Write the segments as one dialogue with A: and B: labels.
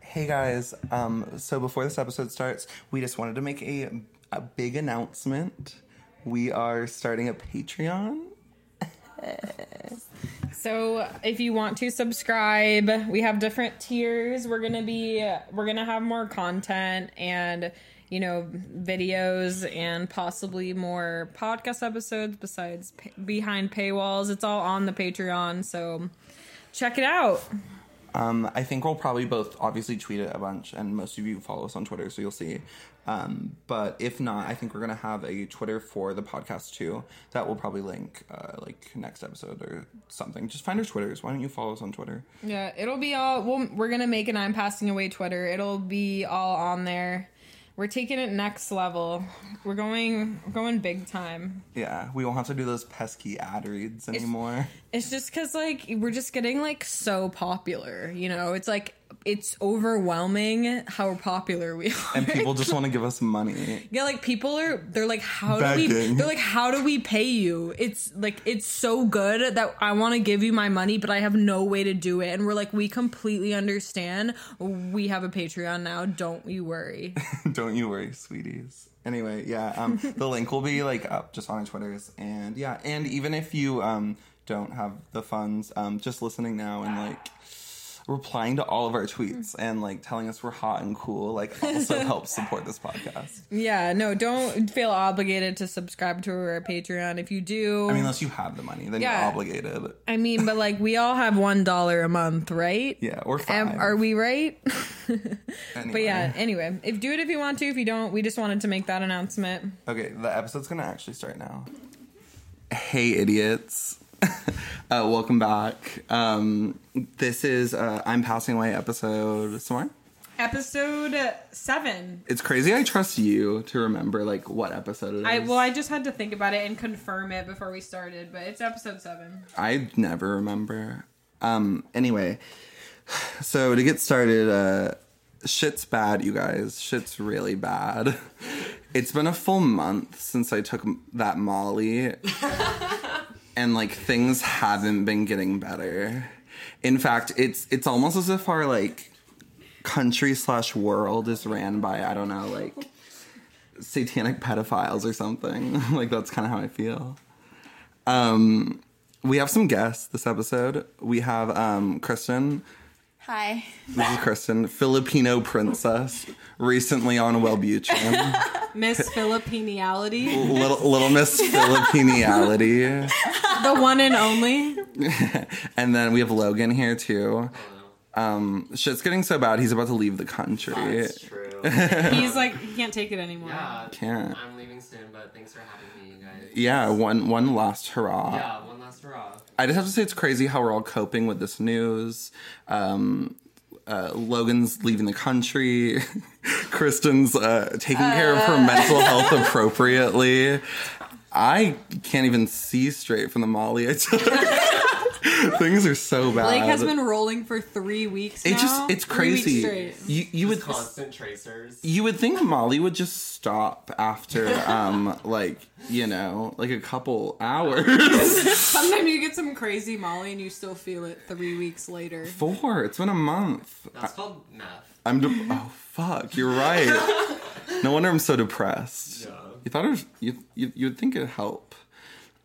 A: Hey guys, um, so before this episode starts, we just wanted to make a, a big announcement. We are starting a Patreon.
B: So if you want to subscribe, we have different tiers. We're gonna be we're gonna have more content and you know videos and possibly more podcast episodes besides p- behind paywalls. It's all on the Patreon, so check it out.
A: Um, I think we'll probably both obviously tweet it a bunch, and most of you follow us on Twitter, so you'll see. Um, but if not, I think we're gonna have a Twitter for the podcast too. That will probably link uh, like next episode or something. Just find our Twitters. Why don't you follow us on Twitter?
B: Yeah, it'll be all. Well, we're gonna make an I'm passing away Twitter. It'll be all on there. We're taking it next level. We're going we're going big time.
A: Yeah, we won't have to do those pesky ad reads anymore.
B: It's just because like we're just getting like so popular, you know. It's like it's overwhelming how popular we are.
A: and people just want to give us money.
B: yeah, like people are they're like, how do we?
A: Begging.
B: They're like, how do we pay you? It's like it's so good that I want to give you my money, but I have no way to do it. And we're like, we completely understand. We have a Patreon now. Don't you worry.
A: Don't you worry, sweeties. Anyway, yeah, um, the link will be like up just on our Twitters, and yeah, and even if you um, don't have the funds, um, just listening now and like replying to all of our tweets and like telling us we're hot and cool, like also helps support this podcast.
B: yeah, no, don't feel obligated to subscribe to our Patreon. If you do,
A: I mean, unless you have the money, then
B: Mm. Yeah.
A: you're obligated.
B: I mean, but like we all have one dollar a month, right?
A: Yeah, or five.
B: Am, Um, are we right?
A: Anyway.
B: but yeah. Anyway, if do it if you want to. If you don't, we just wanted to make that announcement.
A: Okay, the episode's gonna actually start now. Hey, idiots. uh, welcome back. Um, this is uh, I'm Passing Away episode. Somewhere?
B: Episode seven.
A: It's crazy. I trust you to remember like what episode it is.
B: I well, I just had to think about it and confirm it before we started, but it's episode seven.
A: I never remember. Um. Anyway, so to get started, uh, shit's bad, you guys. Shit's really bad. It's been a full month since I took m- that Molly, and like things haven't been getting better. In fact, it's it's almost as if our like country slash world is ran by I don't know like satanic pedophiles or something. like that's kind of how I feel. Um, we have some guests this episode. We have um, Kristen.
C: Hi.
A: This is Kristen, Filipino princess, recently on Wellbutrin.
B: Miss Filipiniality,
A: little, little Miss Filipiniality.
B: the one and only.
A: And then we have Logan here too. Um, shit's getting so bad, he's about to leave the country.
D: That's true.
B: He's like he can't take it anymore.
D: yeah,
A: Can't.
D: I'm leaving soon, but thanks for having me, you guys.
A: Yeah, one one last hurrah.
D: Yeah, one last hurrah.
A: I just have to say it's crazy how we're all coping with this news. Um, uh, Logan's leaving the country. Kristen's uh, taking care of her mental health appropriately. I can't even see straight from the Molly I took. Things are so bad.
B: Blake has been rolling for three weeks.
A: Uh, it
B: now.
A: just it's
B: Three weeks
A: crazy.
B: straight.
A: You you would
D: With constant tracers.
A: you would think Molly would just stop after um like you know like a couple hours.
B: Sometimes you get some crazy Molly and you still feel it three weeks later.
A: Four. It's been a month.
D: That's called math.
A: I'm de- oh fuck, you're right. No wonder I'm so depressed.
D: Yeah.
A: You thought it was, you, you you'd think it'd help.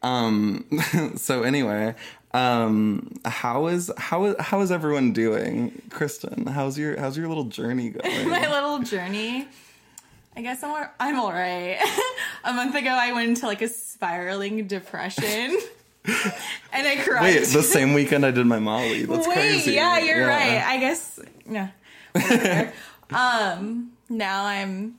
A: Um. so anyway, um, how is how is how is everyone doing, Kristen? How's your how's your little journey
C: My
A: going?
C: little journey. I guess I'm, al- I'm all right. a month ago, I went into like a spiraling depression and I cried.
A: Wait, the same weekend I did my Molly. That's
C: Wait,
A: crazy.
C: yeah, you're right. I guess, yeah. Whatever. um, now I'm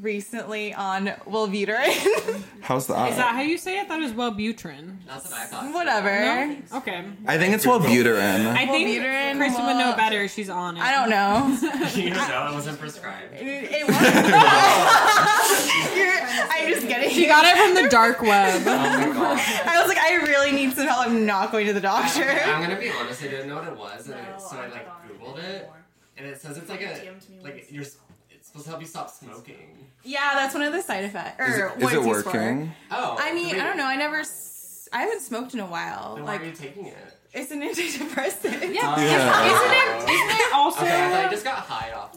C: recently on Wellbutrin.
A: How's that?
B: Is that how you say it? That is Wellbutrin.
D: That's what I thought. too.
C: Whatever.
B: Okay.
A: I think it's Wellbutrin.
B: I think
C: Wellbutrin,
B: Kristen would know
C: well-
B: better. She's on it.
C: I don't know.
D: You know, I wasn't prescribed.
C: It, it was. You're, I'm just kidding.
B: She got it from the dark web.
D: Oh my god.
C: I was like, I really need some help. I'm not going to the doctor.
D: I'm gonna be honest, I didn't know what it was, and I- so I like googled it, and it says it's like a
E: DM'd me
D: like
E: once.
D: you're s- it's supposed to help you stop smoking.
C: Yeah, that's one of the side effects. Or
A: Is it, is
C: what
A: it
C: it's used for.
A: working?
D: Oh.
C: I mean,
D: wait,
C: I don't know. I never, s- I haven't smoked in a while.
D: Then why are you
C: Like,
D: taking it? Uh,
C: it's an antidepressant.
B: Yeah.
A: Yeah.
B: Isn't it? Isn't it also?
D: Okay, I thought I just got high off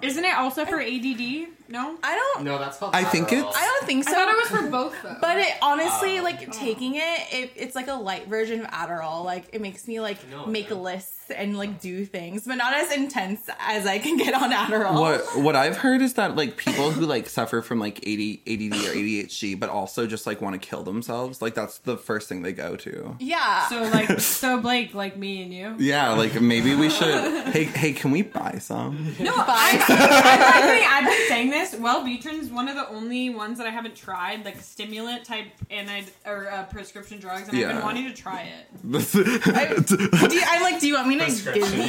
B: Isn't it also for ADD? No?
C: I don't.
D: No, that's called.
A: I think
D: Adderall.
A: it's-
C: I don't think so.
B: I thought it was Oh. for both though.
C: But it
D: Oh.
C: honestly, like taking it, it, it's like a light version of Adderall. Like it makes me like
D: No,
C: make
D: no.
C: lists and like do things, but not as intense as I can get on Adderall.
A: What what I've heard is that like people who like suffer from like AD, ADD or ADHD, but also just like want to kill themselves, like that's the first thing they go to.
C: Yeah.
B: so like so Blake, like me and you.
A: Yeah, like maybe we should. hey, hey, can we buy some?
C: no,
B: I'm not kidding, I've been saying this. Wellbutrin's one of the only ones that I haven't tried, like stimulant type anti or uh, prescription drugs, and I've
A: Yeah.
B: been wanting to try it.
C: do you, I'm like, do you want me to give
D: Prescription.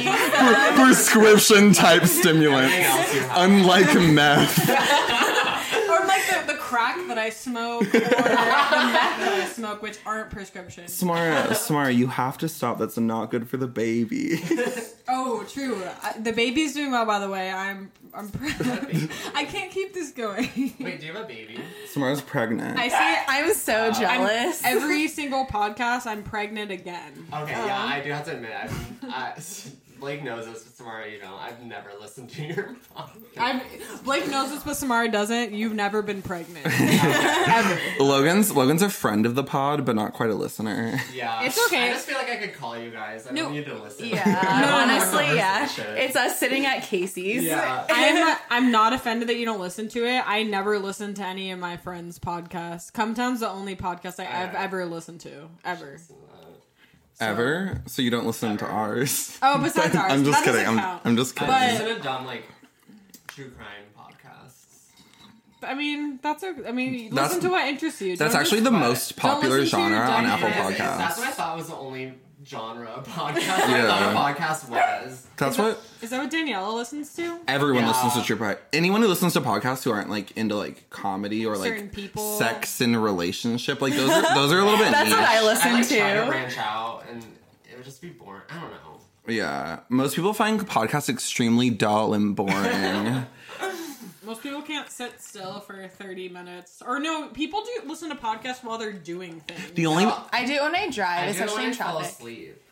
C: you?
A: Prescription type
D: Anything
A: stimulants,
D: else you have?
A: unlike meth.
B: Or like the, the crack that I smoke, or the meth that I smoke, which aren't prescription.
A: Smara, Smara, you have to stop. That's not good for the baby.
B: Oh, true. I, the baby's doing well, by the way. I'm I'm proud. I can't keep this going.
D: Wait, do you have a baby?
A: Smara's pregnant.
C: I see. I'm so
B: I'm-
C: jealous.
B: every single podcast, I'm pregnant again.
D: Okay, yeah, I do have to admit, I've, I, Blake knows this, but Samara, you know, I've never listened to your podcast.
B: I'm, Blake knows this, but Samara doesn't. You've never been pregnant. Ever.
A: Logan's Logan's a friend of the pod, but not quite a listener.
D: yeah,
B: It's okay.
D: I just feel like I could call you guys. I
B: No.
D: don't need to listen.
C: yeah. honestly, yeah.
D: Conversation.
C: It's us sitting at Casey's.
D: Yeah.
B: I'm, I'm not offended that you don't listen to it. I never listen to any of my friends' podcasts. Cometown's the only podcast I, I've ever listened to. Ever.
D: Uh,
A: Ever? So you don't listen to ours?
B: Oh, besides ours.
A: I'm just
B: That doesn't
A: kidding. I'm,
B: count.
A: I'm just kidding.
D: I listen to dumb like true crime podcasts.
B: I mean, that's okay. I mean,
A: That's-
B: listen to what interests you.
A: That's
B: Don't
A: actually the
D: but-
A: most
B: don't
A: popular
B: listen to your
A: genre on
B: dumb
A: Apple
B: ass.
D: It's- it's- That's
A: Podcasts.
D: what I thought was the only genre of podcast.
A: Yeah.
D: I thought a podcast was.
A: That's what
B: just- Is that what Daniela listens to?
A: everyone
D: Yeah.
A: listens to. True pod. Anyone who listens to podcasts who aren't like into like comedy or
B: Certain
A: like
B: people.
A: sex and relationship, like those are, those are a little bit.
C: That's
A: niche.
C: what I
D: I like
C: listen
D: tried to
C: to.
D: branch out, and it would just be boring. I don't know.
A: yeah, most people find podcasts extremely dull and boring.
B: Most people can't sit still for 30 minutes. Or no, people do listen to podcasts while they're doing things.
A: the only
D: Uh,
C: I do it when I drive,
D: I do
C: especially
D: when I
C: in
D: fall
C: traffic.
D: asleep,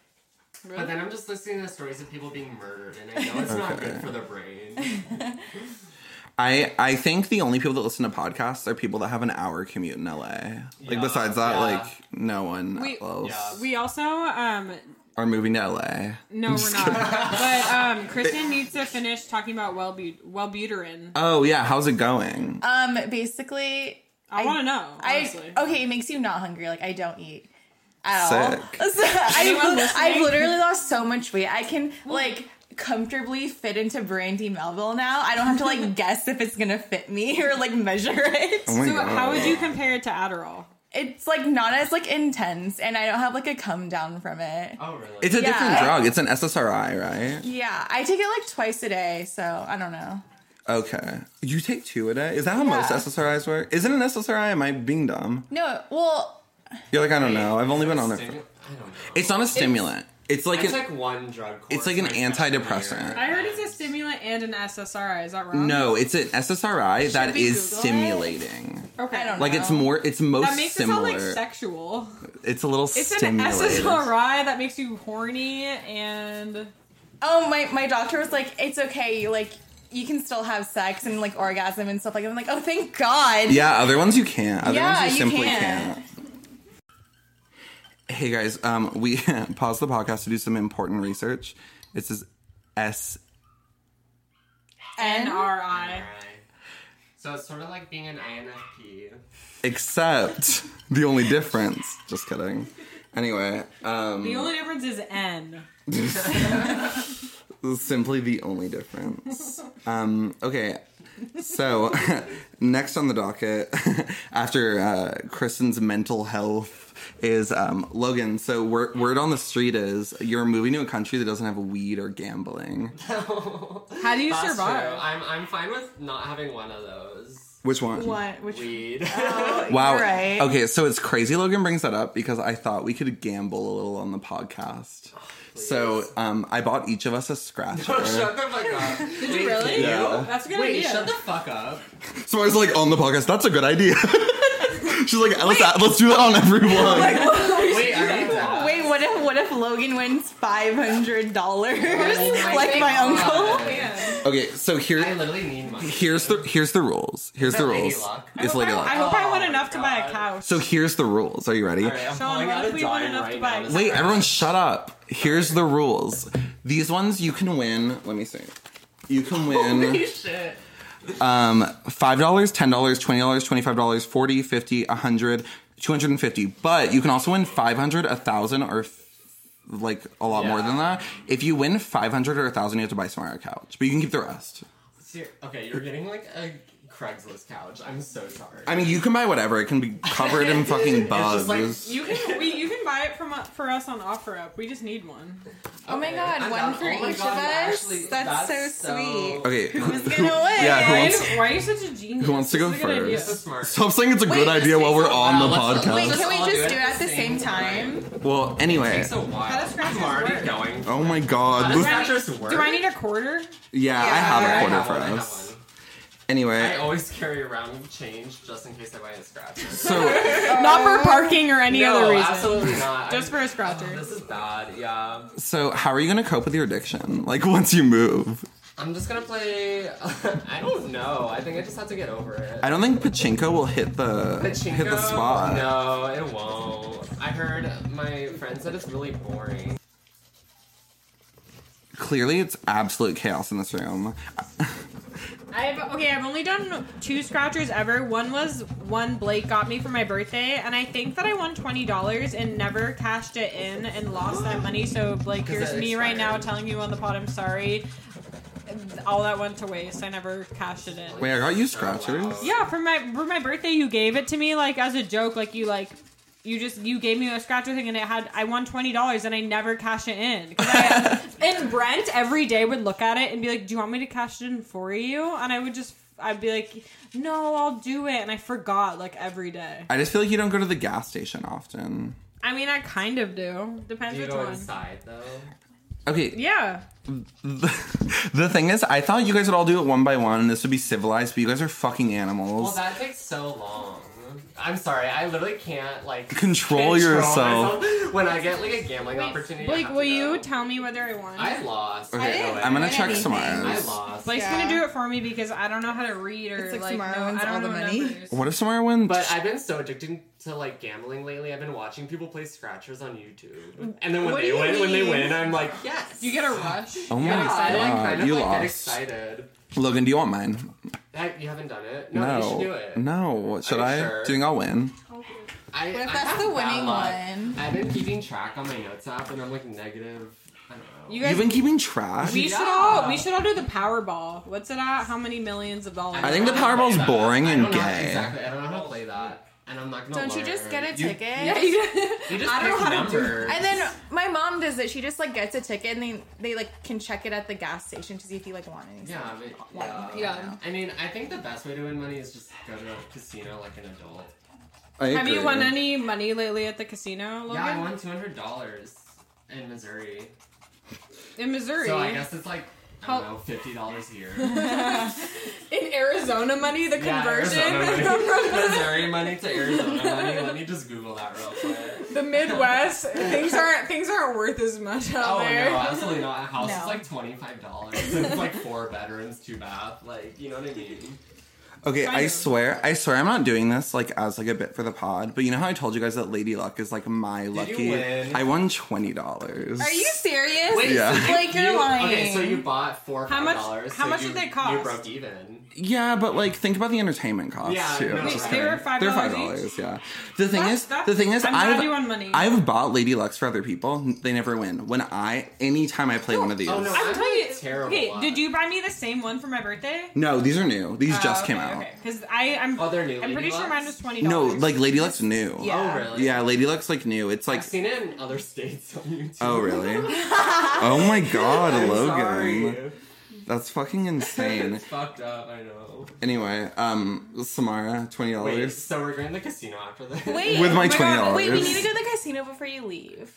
B: Really?
D: but then I'm just listening to stories of people being murdered, and I know it's not good for the brain.
A: I I think the only people that listen to podcasts are people that have an hour commute in LA. Like
D: Yeah,
A: besides that,
D: yeah.
A: like no one
B: We-
A: else
D: Yeah.
B: we also, um,
A: are moving to LA.
B: no, we're not. but, um, Kristen needs to finish talking about Wellbu- Wellbutrin.
A: Oh yeah, how's it going?
C: Um, basically,
B: I, oh, want to know, honestly.
C: I okay, it makes you not hungry. Like I don't eat at
A: Sick.
C: all. So,
B: Anyone
C: I,
B: listening?
C: I've literally lost so much weight. I can like comfortably fit into Brandy Melville now. I don't have to like guess if it's gonna fit me or like measure
A: Oh
C: it.
A: my
B: so,
A: God.
B: how would you compare it to Adderall?
C: It's like not as like intense, and I don't have like a come down from it.
D: Oh really?
A: It's a
C: Yeah.
A: different drug. It's an SSRI, right?
C: Yeah, I take it like twice a day, so I don't know.
A: Okay. You take two a day. Is that how most
C: Yeah.
A: SSRIs work? Isn't an SSRI? Am I being dumb?
C: No, well,
A: You're like I don't know. I've only been on it.
D: Stimu- I
A: For-
D: don't know.
A: it's not a stimulant. It's, like,
D: it's
A: an,
D: like one drug.
A: it's
D: course
A: like an
D: my freshman
A: antidepressant.
D: year.
B: I heard it's a stimulant and an SSRI. Is that wrong?
A: no. It's an SSRI that
B: we
A: is
B: Google it?
A: stimulating.
B: Okay.
C: I don't
A: Like it's
C: No.
A: more. It's most
B: That makes
A: similar.
B: it sound like sexual.
A: it's a little
B: It's an
A: stimulating.
B: SSRI that makes you horny and
C: oh my my doctor was like, it's okay, you like you can still have sex and like orgasm and stuff like that. I'm like, oh thank God.
A: Yeah, other ones you can't. Other
C: Yeah,
A: ones you,
C: you
A: simply
C: can't.
A: can't. Hey guys, um, we paused the podcast to do some important research. This is S.
C: And
B: NRI.
D: Right. So it's sort of like being an INFP.
A: Except the only difference. Just kidding. Anyway, um,
B: The only difference is N.
A: simply the only difference. Um, okay, so next on the docket after uh, Kristen's mental health is um, Logan. So word, word on the street is you're moving to a country that doesn't have weed or gambling.
B: How do you
D: That's true.
B: survive?
D: I'm I'm fine with not having one of those.
A: Which one?
C: what? Which
D: Weed.
B: Oh.
A: Wow.
C: You're right.
A: Okay, so it's crazy Logan brings that up because I thought we could gamble a little on the podcast.
C: Oh,
A: so um, I bought each of us a scratcher.
D: oh, shut the fuck up. Did
B: you really?
A: Yeah.
B: That's a good
D: Wait,
B: idea.
D: shut the fuck up.
A: so I was like, on the podcast, that's a good idea. She's like, let's, let's do that on every vlog.
D: Wait, are you deaf?
C: Wait, what if what if Logan wins five hundred dollars
D: Oh
C: like my
D: God.
C: uncle?
B: Man.
A: Okay, so here
D: I literally need money.
A: here's the here's the rules. Here's
D: that
A: the
D: Lady
A: rules.
D: Luck?
A: It's
B: I,
A: Lady
B: hope I, I
A: Luck.
B: hope I
D: Oh
B: won
D: my
B: enough to buy a
D: God.
B: couch.
A: So here's the rules. Are you ready?
D: All right, I'm
B: Sean,
D: pulling
B: what
D: out
B: if
D: a
B: we won
D: dime
B: enough
D: right
B: to buy
D: now
B: a
D: to
B: set?
A: Wait, everyone shut up. Here's the rules. These ones you can win. Let me see. You can
D: Holy
A: win
D: shit.
A: um, $5, $10, $20, $25, 40 50 100 250 But you can also win 500 1000 or f- like a lot more
D: Yeah.
A: than that. If you win 500 or 1000 you have to buy somewhere a couch. But you can keep the rest.
D: Ser- Okay, you're getting like a Craigslist couch. I'm so sorry.
A: I mean, you can buy whatever. It can be covered in fucking bugs.
D: just like-
B: You can we, you can buy it from for us on OfferUp. We just need one.
C: Oh my
D: Okay,
C: god,
D: I'm
C: one
D: down.
C: for
D: Oh my
C: each
D: God,
C: of us.
D: actually,
C: that's, so, sweet.
A: okay. who-
C: Who's
A: who-
C: gonna win?
A: yeah, who wants-
B: Why are you such a genius?
A: who wants to go
B: This is a good idea.
D: This is smart.
A: Stop saying it's a
C: Wait,
A: good
C: this
A: idea while
C: takes
A: we're
C: a
A: on the
D: while. Let's-
A: podcast.
C: Wait,
D: Let's
C: can we
D: all
C: just do it at the same time?
A: well, anyway.
D: Takes a while.
B: How does Craigslist
D: I'm already
B: work?
D: going.
A: Oh my god.
D: Does
A: Look-
D: that just work?
B: Do I need a quarter?
A: yeah,
C: Yeah,
A: I have
D: I
A: a quarter
D: have
A: for
D: one, I have
A: us. Eh.
D: one. I
A: Anyway,
D: always carry around change just in case I buy a scratcher.
A: so
B: Not for parking or any
D: no,
B: other reason.
D: absolutely not.
B: Just for
D: I'm-
B: a scratcher.
D: Oh, this is bad. Yeah,
A: so how are you gonna cope with your addiction? Like once you move,
D: I'm just gonna play. I don't know. I think I just have to get over it.
A: I don't think pachinko will hit the
D: Pachinko?
A: hit the spot.
D: No, it won't. I heard my friend said it's really boring.
A: Clearly, it's absolute chaos in this room.
B: I've okay. I've only done two scratchers ever. One was one Blake got me for my birthday, and I think that I won twenty dollars and never cashed it in and lost that money. So Blake, here's
D: that
B: me right now
D: expired.
B: telling you on the pod, I'm sorry. All that went to waste. I never cashed it in.
A: Wait, I got you scratchers.
B: Yeah, for my for my birthday, you gave it to me like as a joke. Like you like you just you gave me a scratcher thing, and it had I won twenty dollars, and I never cashed it in. 'Cause I- and Brent every day would look at it and be like, "Do you want me to cash it in for you?" And I would just I'd be like, "No, I'll do it," and I forgot like every day.
A: I just feel like you don't go to the gas station often.
B: I mean, I kind of do. Depends
D: Do you
B: which
D: go
B: one.
D: inside though?
A: Okay,
B: Yeah.
A: the, the thing is, I thought you guys would all do it one by one, and this would be civilized. But you guys are fucking animals.
D: Well, that takes so long. I'm sorry. I literally can't like
A: Control yourself.
D: myself. When I get like a gambling opportunity, I
B: Blake,
D: have
B: will
D: to go.
B: you tell me whether I won?
D: I lost.
A: Okay,
D: I
C: I'm
D: didn't
A: I'm gonna
D: win.
C: win
A: check
C: anything.
D: I
A: tomorrow.
D: lost.
B: Blake's
C: Yeah.
B: gonna do it for me because I don't know how to read or
C: It's like
B: like,
C: Samara
B: no,
C: wins
B: I don't
C: all the
B: know
C: money.
B: numbers.
A: What if somewhere went?
D: But I've been so addicted to like gambling lately. I've been watching people play scratchers on YouTube, and then when
B: What do
D: they
B: you
D: win, when they
B: mean?
D: win, I'm like, yes.
B: You get a rush.
A: oh my
D: yeah, I
A: god,
D: kind of
A: you
D: like get
A: lost.
D: excited.
A: Logan, do you want mine?
D: Heck, you haven't done it. No,
A: No,
D: you should do it.
A: no. Should
D: you
A: I?
D: sure?
A: Do you think I'll win?
D: I,
C: What if
D: I
C: that's
D: have
C: the
D: bad
C: winning
D: luck.
C: one?
D: I've been keeping track on my notes app, and I'm like negative. I don't know.
B: You guys
A: You've been keeping track.
B: We
D: Yeah.
B: should all we should all do the Powerball. What's it at? How many millions of dollars?
A: I think the
D: don't know how to
A: Powerball's
D: play that.
A: boring
D: I
A: and
D: don't know-
A: gay.
D: Exactly. I don't know how to play that, and I'm not gonna.
C: Don't you just
D: learn.
C: get a
D: You-
C: ticket?
D: You, just
B: I don't
D: pick
B: know how to do
D: numbers.
C: And then my mom does it. She just like gets a ticket and they they like can check it at the gas station to see if you like want anything.
D: Yeah, but, yeah.
B: Yeah.
D: I mean, I think the best way to win money is just go to a casino like an adult.
A: I
B: Have you
A: agree.
B: won any money lately at the casino, Logan?
D: Yeah, I won two hundred dollars in Missouri.
B: In Missouri.
D: So I guess it's like I
B: How-
D: don't know, fifty dollars here. yeah,
B: In Arizona money, the conversion
D: Arizona money.
B: from
D: Missouri money to Arizona money. Let me just Google that real quick.
B: the Midwest. things aren't things aren't worth as much out
D: Oh
B: there.
D: no, absolutely not. A house
C: No.
D: is like twenty five dollars. It's like four bedrooms, two bath. Like you know what I mean?
A: Okay,
B: Kind
A: I
B: of.
A: swear, I swear, I'm not doing this like as like a bit for the pod. But you know how I told you guys that Lady Luck is like my lucky.
D: win?
A: I won twenty dollars.
C: Are you serious?
D: Wait,
A: Yeah.
D: so you-
C: Like, you're
D: you-
C: lying.
D: Okay, so you bought four.
B: How much-
D: $5,
B: how
D: so
B: much
D: you-
B: did they cost?
D: You broke even.
A: Yeah, but like think about the entertainment costs
D: Yeah,
A: too.
D: no,
A: Just
D: Wait, they
A: kidding.
B: were $5
A: They're five
B: each?
A: dollars. Yeah. The thing
B: That's-
A: is,
B: that's-
A: the thing is,
B: I'm glad
A: I've
B: you won money.
A: I've bought Lady Lux for other people. They never win. When I anytime I play one of these,
D: Oh, no.
B: I'm telling you,
D: Terrible
B: okay,
D: luck.
B: did you buy me the same one for my birthday?
A: No, these are new. These
B: Oh,
A: just came out.
B: Because I I'm
D: Oh, they're new
B: I'm pretty
D: Lady
B: sure
D: Luck?
B: mine was twenty
A: No,
B: dollars.
A: like Lady Luck's new.
B: Yeah.
D: Oh really?
A: Yeah, Lady Luck's like new. It's like
D: I've seen it in other states on YouTube.
A: Oh really? oh my god,
D: I'm
A: Logan.
D: sorry.
A: That's fucking insane.
D: It's fucked up. I know.
A: anyway, um Samara, twenty
D: Wait,
A: dollars.
D: so we're going to the casino after this?
C: Wait,
A: With my
C: oh God, Wait, we
A: $20.
C: need to go to the casino before you leave.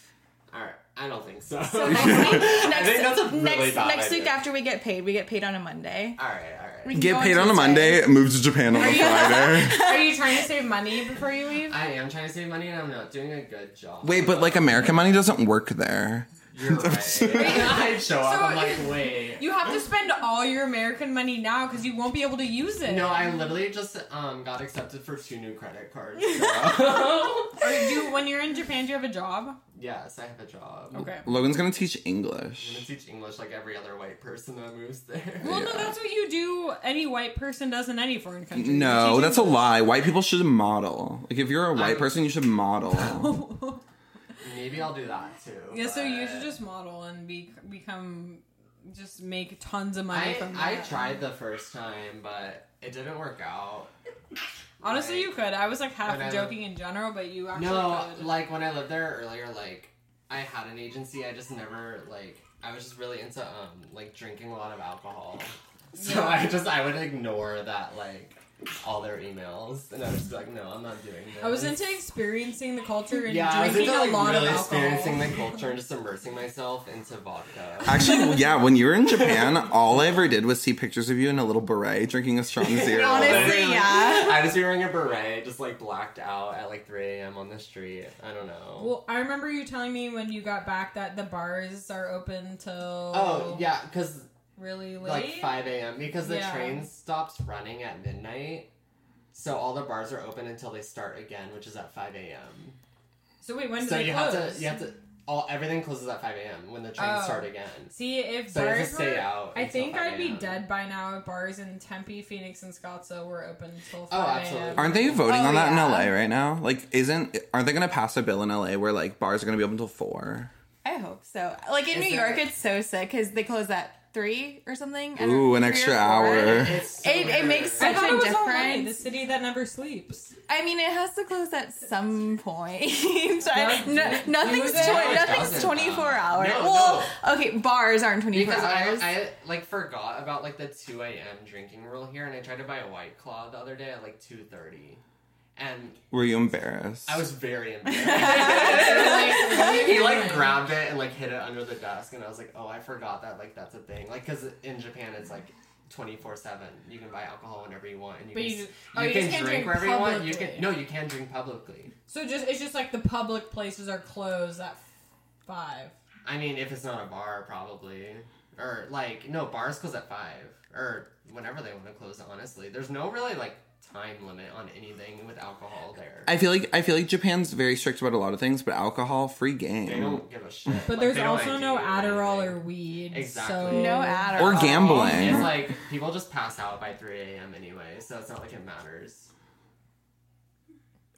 D: All right. I don't think so.
C: Next week, next,
D: think that's a really
C: next,
D: bad
C: next week
D: idea.
C: after we get paid, we get paid on a Monday.
D: all right. All right.
C: We can go
A: Get paid on a
C: Tuesday.
A: Monday, move to Japan on a Friday.
B: Are you trying to save money before you leave?
D: I am trying to save money and I'm not doing a good job.
A: Wait, but like American money doesn't work there.
D: You're right.
B: I
D: show up. I'm like, wait.
B: You have to spend all your American money now because you won't be able to use it.
D: No, I literally just um got accepted for two new credit cards. so-
B: Or do when you're in Japan, do you have a job?
D: yes, I have a job.
B: Okay.
A: Logan's gonna teach
D: I'm gonna
A: English.
D: teach English like every other white person that moves there.
B: Well,
A: Yeah.
B: no, that's what you do. Any white person does in any foreign country.
A: No,
B: You
A: that's a lie. White people should model. Like if you're a white
D: I'm-
A: person, you should model.
B: do-
D: Maybe I'll do that too.
B: yeah, so you
D: but-
B: should just model and be become, just make tons of money
D: I,
B: from
D: I
B: that.
D: tried the first time, but it didn't work out.
B: Honestly, you could. I was like half
D: But I-
B: joking in general, but you actually
D: No,
B: could.
D: like when I lived there earlier, like I had an agency. I just never like I was just really into um like drinking a lot of alcohol, so I just I would ignore that like all their emails, and I was just like, no, I'm not doing this.
B: I was into experiencing the culture and
D: yeah, I was
B: drinking
D: into like
B: a lot
D: really
B: of
D: experiencing
B: alcohol.
D: the culture and just immersing myself into vodka.
A: Actually, yeah, when you were in Japan, all I ever did was see pictures of you in a little beret drinking a strong zero.
C: Honestly, yeah.
D: I was wearing a beret, just like blacked out at like 3 a.m. on the street. I don't know.
B: Well, I remember you telling me when you got back that the bars are open till
D: oh yeah, because
B: really late.
D: like 5 a.m. because the
B: Yeah.
D: train stops running at midnight. So all the bars are open until they start again, which is at 5 a.m.
B: So wait, when do
D: So
B: they
D: you
B: close?
D: have to you have to all everything closes at 5 a.m. when the trains
B: Oh.
D: start again.
B: See if
D: So you have to
B: bars
D: stay
B: were-
D: out
B: I
D: until
B: think
D: 5
B: I'd be
D: a.m..
B: dead by now if bars in Tempe, Phoenix, and Scottsdale were open until
D: Oh,
B: five
D: absolutely.
B: a.m.
A: Aren't they voting
C: Oh,
A: on that
C: yeah.
A: in LA right now? Like, isn't aren't they gonna pass a bill in LA where like bars are gonna be open until four?
C: I hope so. Like in
D: Is
C: New
D: there-
C: York, it's so sick because they close at three or something. I don't-
A: Ooh, an
C: three or
A: extra
C: four.
A: hour.
D: It's
C: It- it
D: weird.
C: makes
B: I
C: sense.
B: thought it was
C: Different.
B: already the city that never sleeps.
C: I mean, it has to close at some point. I-
B: Does
C: no,
B: it?
C: nothing's
B: Does it?
C: twen-
D: No, it
C: nothing's
D: doesn't,
C: twenty four
D: though.
C: hours.
D: No,
C: well, okay, bars aren't twenty four
D: Because I,
C: hours.
D: I like forgot about like the 2 a.m. drinking rule here, and I tried to buy a white claw the other day at like 2:30, and
A: Were you embarrassed?
D: I was very embarrassed. It was like- he like grabbed it and like hid it under the desk, and I was like, oh, I forgot that like that's a thing. Like, cause in Japan it's like. 24-7 you can buy alcohol whenever you want and you
B: But
D: can,
B: you
D: s-
B: just- oh, you just can't drink
D: wherever you want you
B: publicly.
D: can no you can drink publicly
B: So just it's just like the public places are closed at five.
D: i mean if it's not a bar probably or like no bars close at five or whenever they want to close honestly there's no really like time limit on anything with alcohol there
A: I feel like I feel like Japan's very strict about a lot of things, but alcohol free
D: they
A: game
D: don't give a shit
B: But
D: Like,
B: there's
D: they don't
B: also
D: ID
B: no Adderall or
D: anything.
B: weed.
D: Exactly.
B: So
C: no Adderall
A: or
D: It's
A: gambling.
D: like people just pass out by 3 a.m. anyway, so it's not like it matters.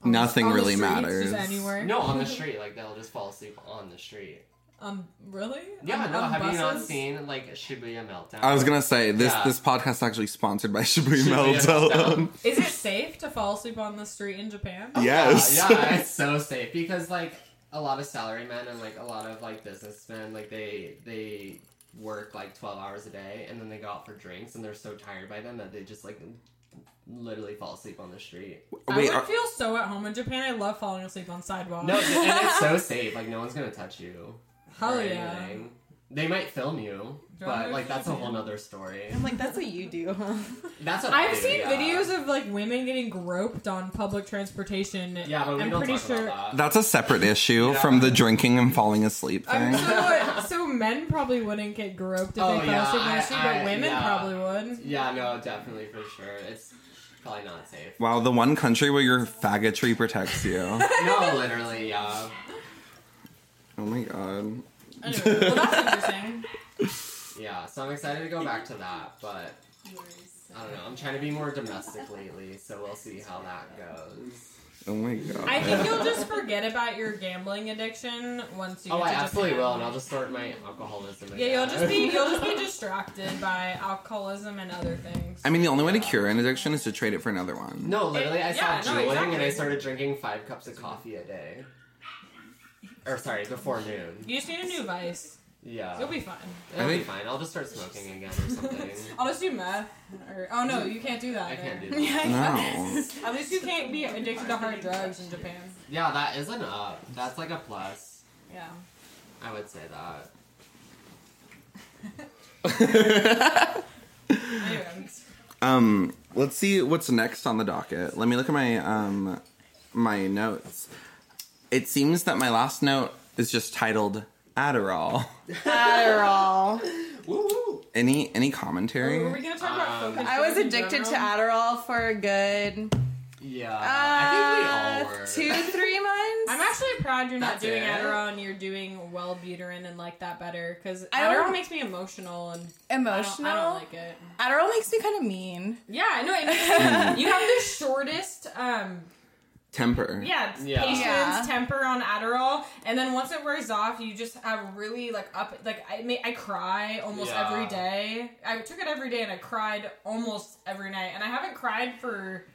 A: Nothing
B: On the
A: really
B: streets,
A: matters.
B: Just anywhere.
D: No, on the street, like they'll just fall asleep on the street.
B: Um. Really?
D: Yeah,
B: On-
D: no,
B: on
D: have you not
B: buses?
D: seen like Shibuya meltdown?
A: I was gonna say this
D: Yeah.
A: this podcast is actually sponsored by Shibuya,
D: Shibuya
A: Meltdown.
D: Meltdown.
B: Is it safe to fall asleep on the street in Japan?
A: yes.
D: Yeah, yeah, it's so safe because like a lot of salarymen and like a lot of like businessmen, like they they work like 12 hours a day and then they go out for drinks and they're so tired by then that they just like literally fall asleep on the street.
A: Wait,
B: I would
A: are-
B: feel so at home in Japan. I love falling asleep on sidewalks.
D: No, th- and it's so safe. Like no one's gonna touch you.
B: Hell
D: or
B: yeah.
D: anything. They might film you,
B: Don't
D: but like that's a
B: film
D: whole
B: you.
D: nother story.
C: I'm like, that's what you do, huh?
D: That's what I
B: I've
D: do,
B: seen
D: yeah.
B: videos of like women getting groped on public transportation.
D: Yeah, but we
B: I'm
D: don't
B: pretty
D: talk
B: sure.
D: about that.
A: That's a separate issue
D: Yeah.
A: from the drinking and falling asleep thing.
B: I'm so, so men probably wouldn't get groped if
D: Oh,
B: they fell
D: yeah,
B: asleep on
D: I-
B: the street,
D: I-
B: but women
D: yeah.
B: probably would.
D: Yeah, no, definitely for sure. It's probably not safe.
A: wow, the one country where your faggotry protects you. oh
D: No, literally, yeah.
A: my god.
B: Anyway, well, that's interesting.
D: Yeah, so I'm excited to go back to that, but I don't know. I'm trying to be more domestic lately, so we'll see how that goes.
A: Oh my god.
B: I think you'll just forget about your gambling addiction once you.
D: Oh,
B: get
D: I
B: to
D: absolutely
B: Japan.
D: will, and I'll just start my alcoholism again.
B: Yeah, you'll just be you'll just be distracted by alcoholism and other things.
A: I mean, the only way to cure an addiction is to trade it for another one.
D: No, literally, I
B: Yeah,
D: stopped
B: no,
D: juuling and
B: exactly.
D: I started drinking five cups of coffee a day. Or sorry, before noon.
B: You just need a new vice.
D: Yeah,
B: You'll be fine.
D: It'll
A: I
D: be
A: think-
D: fine. I'll just start smoking again or something.
B: I'll just do meth. Or, oh no, you can't do that.
D: I can't
B: there.
D: do that.
A: No.
B: At least you can't be addicted to hard drugs in Japan.
D: Yeah, that is an up. That's like a plus.
B: Yeah.
D: I would say that.
B: Anyways.
A: Um, let's see what's next on the docket. Let me look at my um my notes. It seems that my last note is just titled Adderall.
C: Adderall.
D: Woo woo.
A: Any any commentary?
B: Were we gonna talk about
D: Um,
B: focus
C: I was
B: groups in
C: addicted to
B: general?
C: Adderall for a good
D: Yeah.
C: uh,
D: I think we all were.
C: two, three months.
B: I'm actually proud you're not
D: That's
B: doing
D: it.
B: Adderall and you're doing well Buterin and like that better because
C: I don't-
B: Adderall makes me emotional and I don't,
C: emotional.
B: I don't like it.
C: Adderall makes me kind of mean.
B: Yeah, I know. it makes- you have the shortest, um,
A: Temper.
B: yeah, it's
D: Yeah.
B: patience,
C: Yeah.
B: temper on Adderall, and then once it wears off, you just have really like up, like I may, I cry almost
D: Yeah.
B: every day. I took it every day and I cried almost every night, and I haven't cried for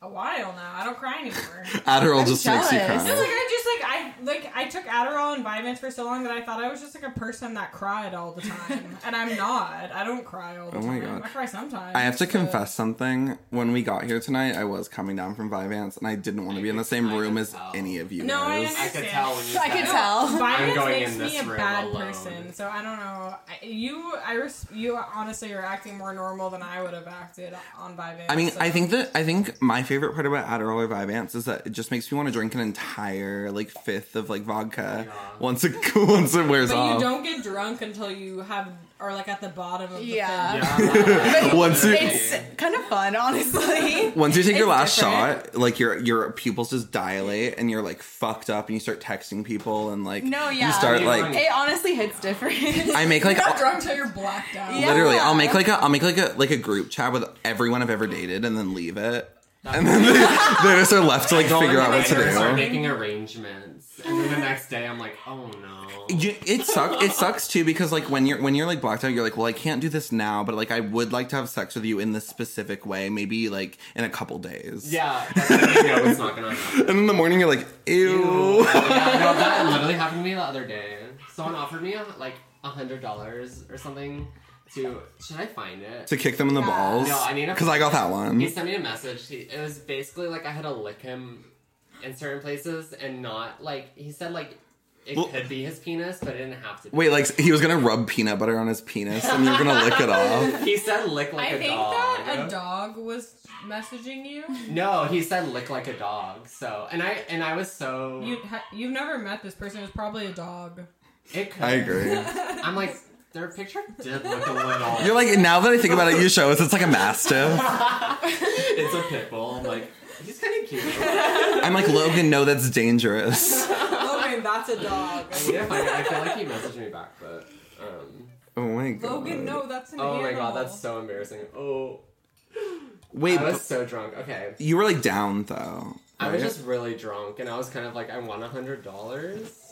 B: a while now. I don't cry anymore.
A: Adderall just makes
C: jealous.
A: you
B: It's like
A: cry.
B: I just like I like I took Adderall and vitamins for so long that I thought I was just like a person that cried all the time, and I'm not. I don't cry all the
A: Oh my
B: time.
A: God.
B: I cry sometimes.
A: I have to
B: but-
A: confess something. When we got here tonight, I was coming down from Vivance and I didn't want to be in the same
D: I could
A: room as
D: tell.
A: any of you
B: No, I
A: guys.
D: I could tell when you.
C: I
D: said
C: could
D: it.
C: tell.
B: Vitamins
D: going
B: makes
D: in
B: me
D: this
B: a
D: room
B: bad
D: alone.
B: person, so I don't know. I, you, I res- you honestly are acting more normal than I would have acted on Vyvanse.
A: I mean,
B: so-
A: I think that I think my favorite part about Adderall or Vyvanse is that it just makes me want to drink an entire like fifth of like vodka
D: Yeah.
A: once it once it wears
B: but you
A: off.
B: don't get drunk until you have are like at the bottom of the
C: Yeah.
B: thing.
D: Yeah.
A: Once you-
D: It's-
C: It's kind of fun, honestly.
A: Once you take your last
C: It's different.
A: shot, like your your pupils just dilate and you're like fucked up and you start texting people and like
C: No, yeah.
A: you start
D: Yeah.
A: like
C: It honestly hits different.
A: I make
B: You're
A: like
B: not drunk till you're blacked out.
C: Yeah.
A: Literally, I'll make like a I'll make like a like a group chat with everyone I've ever dated and then leave it. And then they, they just are left to like
D: Going
A: figure out what
D: later, Start
A: to
D: making arrangements, and then the next day I'm like, oh no.
A: do. You- It sucks. It sucks too because like when you're when you're like blocked out, you're like, well, I can't do this now, but like I would like to have sex with you in this specific way, maybe like in a couple days.
D: Yeah. that's when you know it's not gonna happen.
A: And in the morning, you're like, ew.
D: yeah, no, that literally happened to me the other day. Someone offered me like a hundred dollars or something to. Should I find it?
A: to kick them in the balls.
D: No, I need to-
A: because I got that
D: He
A: one.
D: sent me a message. He, it was basically like I had to lick him in certain places and not like he said like it
A: Well-
D: could be his penis, but it didn't have to. be.
A: Wait, like he was gonna rub peanut butter on his penis, and you're gonna lick it off.
D: He said lick like
B: I
D: a
B: think
D: dog.
B: that a dog was messaging you.
D: No, he said lick like a dog. So and I and I was so
B: You ha- you've never met this person. It's probably a dog.
D: it could,
A: I agree.
D: I'm like their picture did look a little.
A: You're like now that I think about it, you show us it's like a mastiff.
D: it's a pit bull. I'm like he's kind of cute. I
A: I'm like Logan. No, that's dangerous.
B: Logan, Oh, that's a dog.
D: need to find it. I feel like he messaged me back, but um.
A: Oh my god.
B: Logan, no, that's an
D: Oh
B: animal.
D: my god, that's so embarrassing. Oh,
A: Wait,
D: I was
A: but
D: so drunk. Okay.
A: you were like down though.
D: I was
A: right?
D: just really drunk, and I was kind of like, I want a hundred dollars.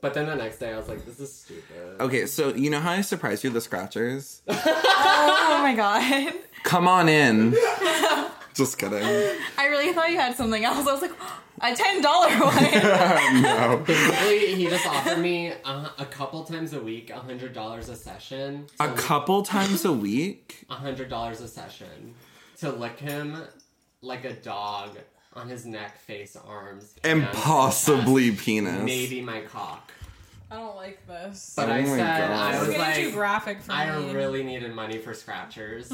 D: But then the next day, I was like, this is stupid.
A: Okay, so you know how I surprised you, with the scratchers?
C: oh my god.
A: Come on in. just kidding.
C: I really thought you had something else. I was like, a ten dollar one.
A: no.
D: Basically, he just offered me a, a couple times a week, a hundred dollars a session.
A: A couple times a week.
D: A hundred dollars a session to lick him like a dog on his neck, face, arms,
A: And
D: hands,
A: possibly
D: chest,
A: penis.
D: maybe my cock.
B: I don't like this.
D: But
A: Oh
D: I
A: my
D: said,
A: God.
D: I
B: This
A: It's
B: is
D: was
B: getting
D: like,
B: too graphic for
D: I
B: me.
D: really needed money for scratchers.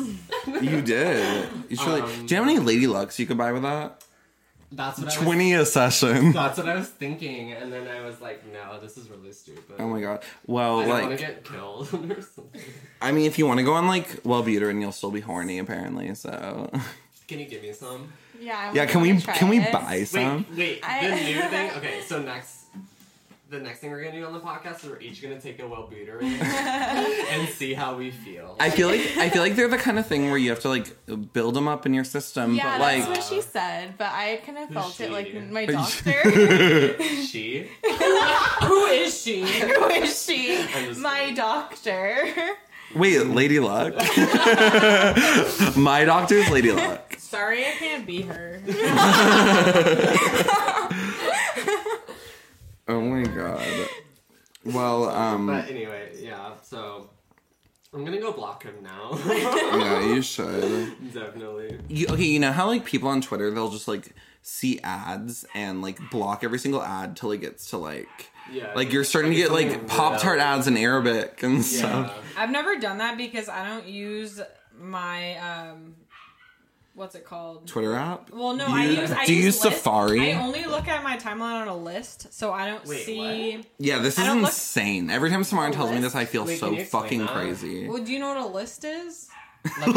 A: You did. You should like,
D: Um,
A: do you have any lady lucks you could buy with that?
D: That's what I was
A: Twenty a session.
D: That's what I was thinking, and then I was like, no, this is really stupid.
A: Oh my god. Well,
D: I don't want
A: like,
D: to get killed or something.
A: I mean, if you want to go on like Wellbutrin, you'll still be horny apparently.
D: Oh
A: So,
D: Can you give me some?
C: yeah. I
A: yeah,
C: would
A: can we
C: wanna try
A: can we
C: this.
A: buy some?
D: Wait, wait.
C: I-
D: The new thing. Okay, so next, the next thing we're gonna do on the podcast is we're each gonna take a Wellbutrin and see how we feel.
A: I feel like I feel like they're the kind of thing where you have to like build them up in your system,
C: Yeah,
A: but like
C: that's what she said, but I kind of felt it like
D: she?
C: my doctor.
D: she.
B: Who is she?
C: Who is she?
D: I'm just
C: My
D: kidding.
C: doctor.
A: wait, Lady Luck. My doctor's Lady Luck.
B: Sorry, I can't be her.
A: Oh my god. Well, um,
D: But anyway, yeah. So I'm gonna go block him now.
A: yeah, you should.
D: Definitely.
A: You, okay, you know how like people on Twitter they'll just like see ads and like block every single ad till it gets to like
D: Yeah.
A: like you're starting to get like Pop Tart ads in Arabic and
D: Yeah.
A: stuff.
B: I've never done that because I don't use my um what's it called?
A: Twitter app?
B: Well, no,
A: Do
B: I
A: you-
B: use. I
A: do you use
B: list.
A: Safari?
B: I only look at my timeline on a list, so I don't
D: Wait,
B: see.
A: yeah, this
B: I
A: is
B: don't look-
A: insane. Every time someone tells me this, I feel
D: Wait,
A: so
D: can you explain
A: fucking
D: that?
A: crazy.
B: Well, do you know what a list is?
D: Like,
A: the,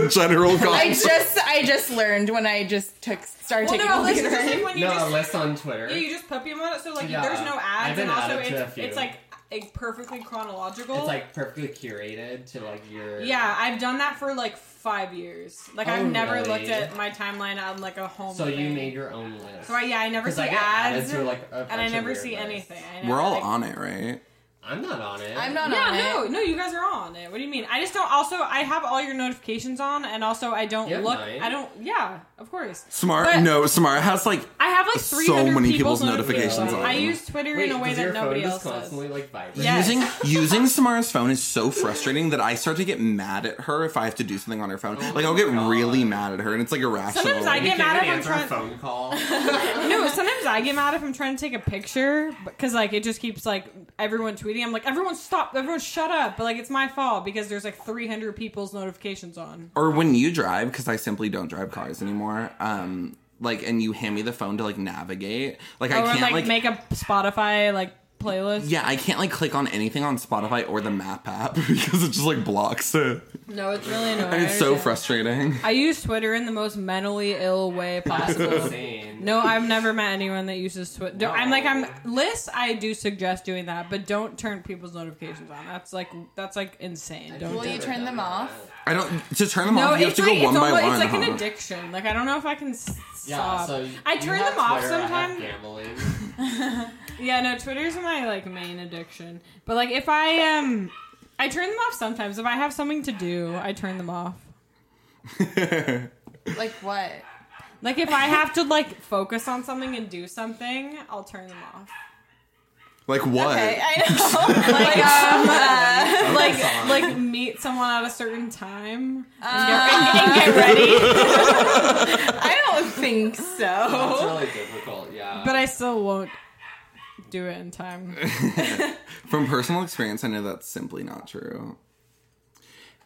A: the general
C: I
A: concept.
C: just I just learned when I just took started
B: Well,
C: taking
B: no, a list is
C: computer.
B: just like when you
D: no,
B: just
D: a list on Twitter.
B: Yeah, you just put people on it, so like
D: Yeah.
B: there's no
D: I've
B: ads,
D: been
B: and also
D: added to a
B: it's
D: few.
B: it's like a perfectly chronological.
D: it's like perfectly curated to like your
B: Oh. yeah, I've done that for like five years. Like I've
D: Oh,
B: never
D: really?
B: looked at my timeline on like a home.
D: So you
B: thing.
D: made your own list.
B: So I, yeah, I never see
D: I get
B: ads,
D: added to, like, a
B: and I
D: bunch of
B: never
D: weird
B: see
D: lists.
B: anything. I never,
A: We're all
B: like-
A: on it, right?
D: I'm not on it.
C: I'm not on
B: Yeah,
C: it.
B: no, no, you guys are on it. What do you mean? I just don't. Also, I have all your notifications on, and also I don't
D: You have
B: look.
D: mine.
B: I don't. Yeah, of course.
A: Smart?
B: But-
A: no, Smart has like
B: I have like
A: So
B: 300
A: many
B: people's,
A: people's notifications
B: notifications.
D: on.
B: I use Twitter
D: Wait,
B: in a way
D: does
B: that
D: your
B: nobody
D: phone
B: else
D: just
B: does.
D: constantly like vibrate?
B: Yeah. Yes.
A: using using Samara's phone is so frustrating that I start to get mad at her if I have to do something on her phone. like I'll get really mad at her, and it's like irrational.
B: Oh Sometimes I
D: You
B: get
D: can't
B: mad
D: even
B: if I'm
D: answer
B: trying.
D: a phone call.
B: No, sometimes I get mad if I'm trying to take a picture because like it just keeps like everyone tweeting. I'm like, everyone stop, everyone shut up. But like it's my fault because there's like 300 people's notifications on.
A: or when you drive because i simply don't drive cars anymore um like and you hand me the phone to like navigate like i
B: or
A: can't
B: like,
A: like,
B: make a Spotify like playlist.
A: yeah i can't like click on anything on spotify or the map app because it just like blocks it
B: No, it's really annoying.
A: and it's so frustrating
B: I use Twitter in the most mentally ill way possible.
D: Insane.
B: No, I've never met anyone that uses Twitter. I'm like, I'm lists. I do suggest doing that, but don't turn people's notifications on. That's like, that's like insane. Don't.
C: Will
B: do
C: you
B: it.
C: turn them off?
A: i don't to turn them
B: No,
A: off you have
B: it's
A: to
B: like
A: go one
B: it's,
A: by
B: almost,
A: one
B: it's like an
A: huh?
B: addiction. Like I don't know if I can s-
D: Yeah,
B: stop.
D: so you-
B: I
D: you
B: turn
D: have
B: them off
D: Twitter, I have
B: sometimes.
D: Gambling.
B: Yeah, no, Twitter's my like main addiction. But like if I um, I turn them off sometimes. If I have something to do, I turn them off.
C: Like what?
B: Like if I have to like focus on something and do something, I'll turn them off.
A: like what
C: Okay, I know. like um,
B: Like
C: uh,
B: like meet someone at a certain time and,
C: Uh,
B: get, and get ready.
C: I don't think
D: It's
C: so.
D: really difficult. Yeah.
B: Oh. But I still won't do it in time.
A: from personal experience i know that's simply not true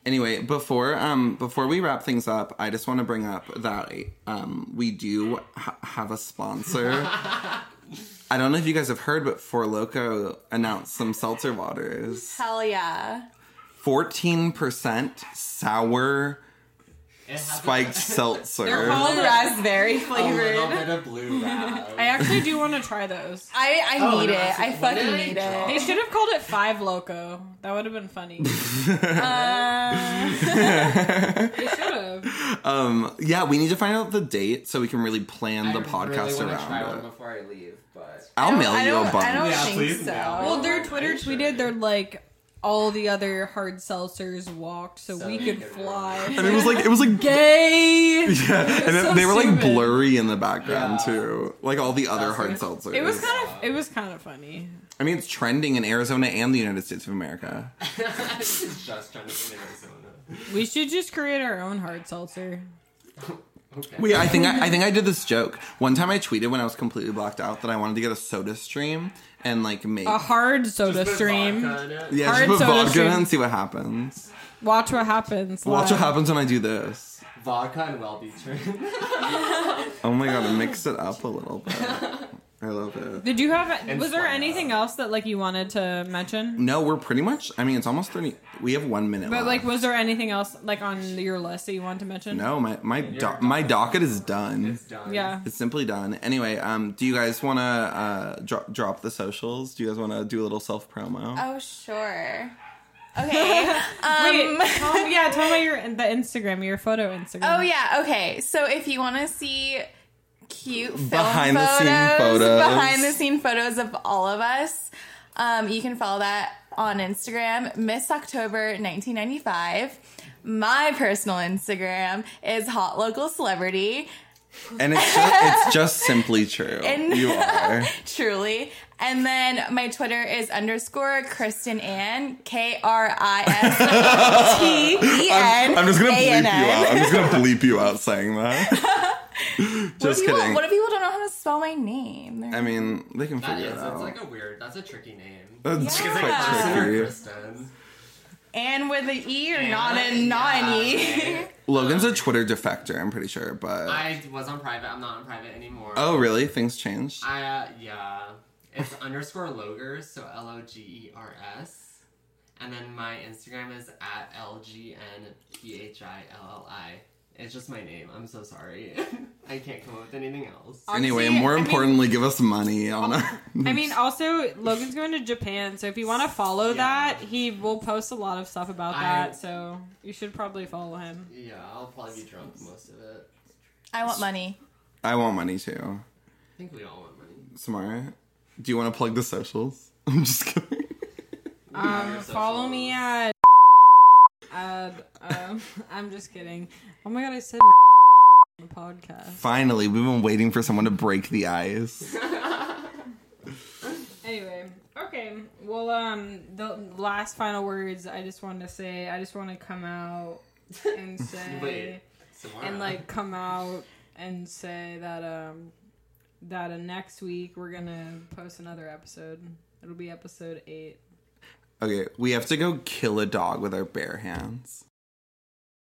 A: anyway before um before we wrap things up i just want to bring up that um we do ha- have a sponsor i don't know if you guys have heard but four loco announced some seltzer waters
C: Hell yeah.
A: 14% sour
D: It has
A: spiked
B: They're
A: seltzer
B: called-
C: All raspberry
D: a little
C: flavored.
D: bit of blue raspberry.
B: I actually do want to try those.
C: I, I
D: Oh,
C: need
D: no,
C: it.
D: it's-
C: I
D: when
C: fucking
D: did I
C: need
D: draw?
B: They
C: it.
B: should have called it Five Loco. That would have been funny.
C: Uh,
B: They should have.
A: um yeah we need to find out the date so we can really plan
D: I
A: the
D: really
A: podcast
D: wanna try
A: around
D: one
A: it
D: before I leave, but
A: i'll mail
C: I
A: you
C: don't,
A: a bunch
C: I don't
D: Yeah,
C: think
D: please,
C: so.
D: no.
B: Well, their Twitter
D: Are you sure?
B: tweeted they're like all the other hard seltzers walked, so,
D: So
B: we
D: you
B: could
D: could
B: fly.
A: and it was like it was like
B: Gay.
A: Yeah, and
B: so
A: they were like
B: stupid.
A: blurry in the background
D: Yeah.
A: too, like all the other hard seltzers.
B: It was kind of. It was kind of funny.
A: I mean, it's trending in Arizona and the United States of America.
D: She's just trying to get in Arizona.
B: We should just create our own hard seltzer.
D: Okay.
A: Wait, I think I, I think I did this joke one time. I tweeted when I was completely blacked out that I wanted to get a Soda Stream and like make
B: A hard soda
D: Just put
B: stream.
D: vodka uh, in it.
A: yeah,
B: hard
A: just put
B: Soda
A: vodka in
B: Stream.
A: and see what happens.
B: Watch what happens.
A: Watch what
B: live.
A: happens when I do this.
D: Vodka and Wellbutrin.
A: Oh my god, I mixed it up a little bit. I love it.
B: Did you have?
D: And
B: was there
D: find
B: anything else that like you wanted to mention?
A: No, we're pretty much. I mean, it's almost thirty. We have one minute.
B: But like,
A: left.
B: was there anything else like on your list that you wanted to mention?
A: no, my my do- my docket is done.
D: it's done.
B: Yeah.
A: It's simply done. Anyway, um, do you guys want to uh, dro- drop the socials? Do you guys want to do a little self promo?
C: Oh, sure. Okay.
B: Wait,
C: Um,
B: tell, yeah, tell me your the Instagram, your photo Instagram.
C: Oh yeah, okay. So if you want to see cute film
A: Behind the scene
C: photos,
A: photos.
C: behind the scene photos of all of us, um, you can follow that on Instagram, Miss October 1995. My personal Instagram is Hot Local Celebrity,
A: And it's just, it's just simply true.
C: And-
A: you are.
C: truly. And then my Twitter is underscore Kristen Ann, K R I S T E N.
A: I'm just gonna bleep
C: A-N-N.
A: you out. I'm just gonna bleep you out saying that.
C: What if
A: just
C: people-
A: kidding.
C: What if people don't know how to spell my name? They're-
A: I mean, they can
D: That
A: figure
D: is.
A: it
D: That's
A: out.
D: like a weird. That's a tricky name.
A: That's
C: Yeah.
A: quite
D: Kristen or
A: tricky.
D: Kristen.
C: And with an E or
D: And,
C: not a not an E.
D: yeah.
A: Logan's a Twitter defector, I'm pretty sure, but
D: I was on private. I'm not on private anymore.
A: oh really? Things changed.
D: I uh, yeah. It's underscore logers, so L O G E R S, and then my Instagram is at L G N P H I L L I. It's just my name. I'm so sorry. I can't come up with anything else.
A: anyway,
B: Honestly,
A: more
B: I mean-
A: importantly, give us money on our.
B: I mean, also Logan's going to Japan, so if you want to follow
D: Yeah.
B: that, he will post a lot of stuff about
D: I-
B: that. So you should probably follow him.
D: Yeah, I'll probably be drunk most of it.
C: I want money.
A: I want money too.
D: I think we all want money.
A: Samara, do you want to plug the socials? I'm just kidding.
B: Um, follow me at. Uh, um, I'm just kidding. Oh my god, I said on the podcast.
A: Finally, we've been waiting for someone to break the ice.
B: Anyway, okay. Well, um, the last final words I just wanted to say. I just want to come out and say
D: Wait, uh-huh. Samara.
B: and like come out and say that um that uh, next week we're gonna post another episode. It'll be episode eight.
A: Okay, we have to go kill a dog with our bare hands.